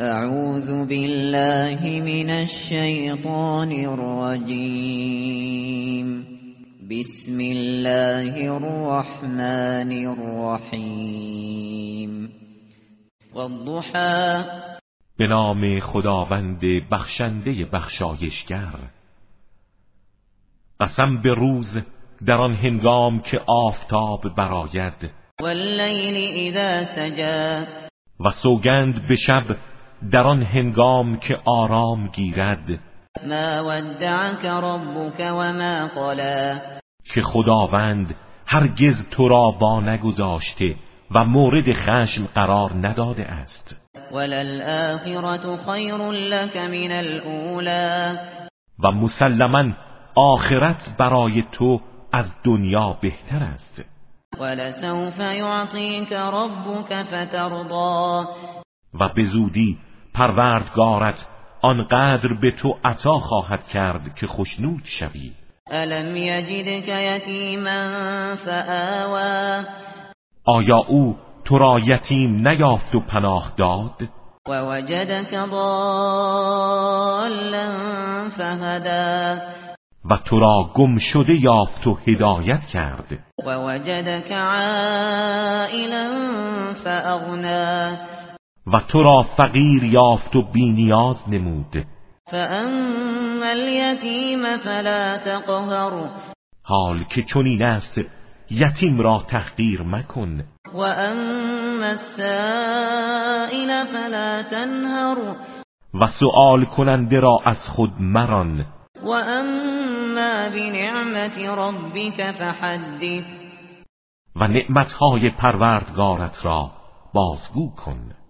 أعوذ بالله من الشيطان الرجيم بسم الله الرحمن الرحيم والضحى به نام خداوند بخشنده بخشایشگر قسم به روز در آن هنگام که آفتاب برآید والليل إذا سجى و سوگند به شب در آن هنگام که آرام گیرد ما ودعك ربك وما قلى که خداوند هرگز تو را وا نگذاشته و مورد خشم قرار نداده است وللآخرة خير لك من الأولى و مسلما آخرت برای تو از دنیا بهتر است ولسوف يعطيك ربك فترضى و به زودی پروردگارت آنقدر به تو عطا خواهد کرد که خشنود شوی ألم يجدك يتيما فآوى آیا او تو را یتیم نیافت و پناه داد ووجدك ضالا فهدى و تو را گم شده یافت و هدایت کرد ووجدك عائلا فأغنى و تو را فقیر یافت و بینیاز نمود فأما اليتيم فلا تقهر حال که چنین است یتیم را تحقیر مکن وأما السائل فلا تنهر و سؤال کننده را از خود مران وأما بنعمة ربك فحدث و نعمتهای پروردگارت را بازگو کن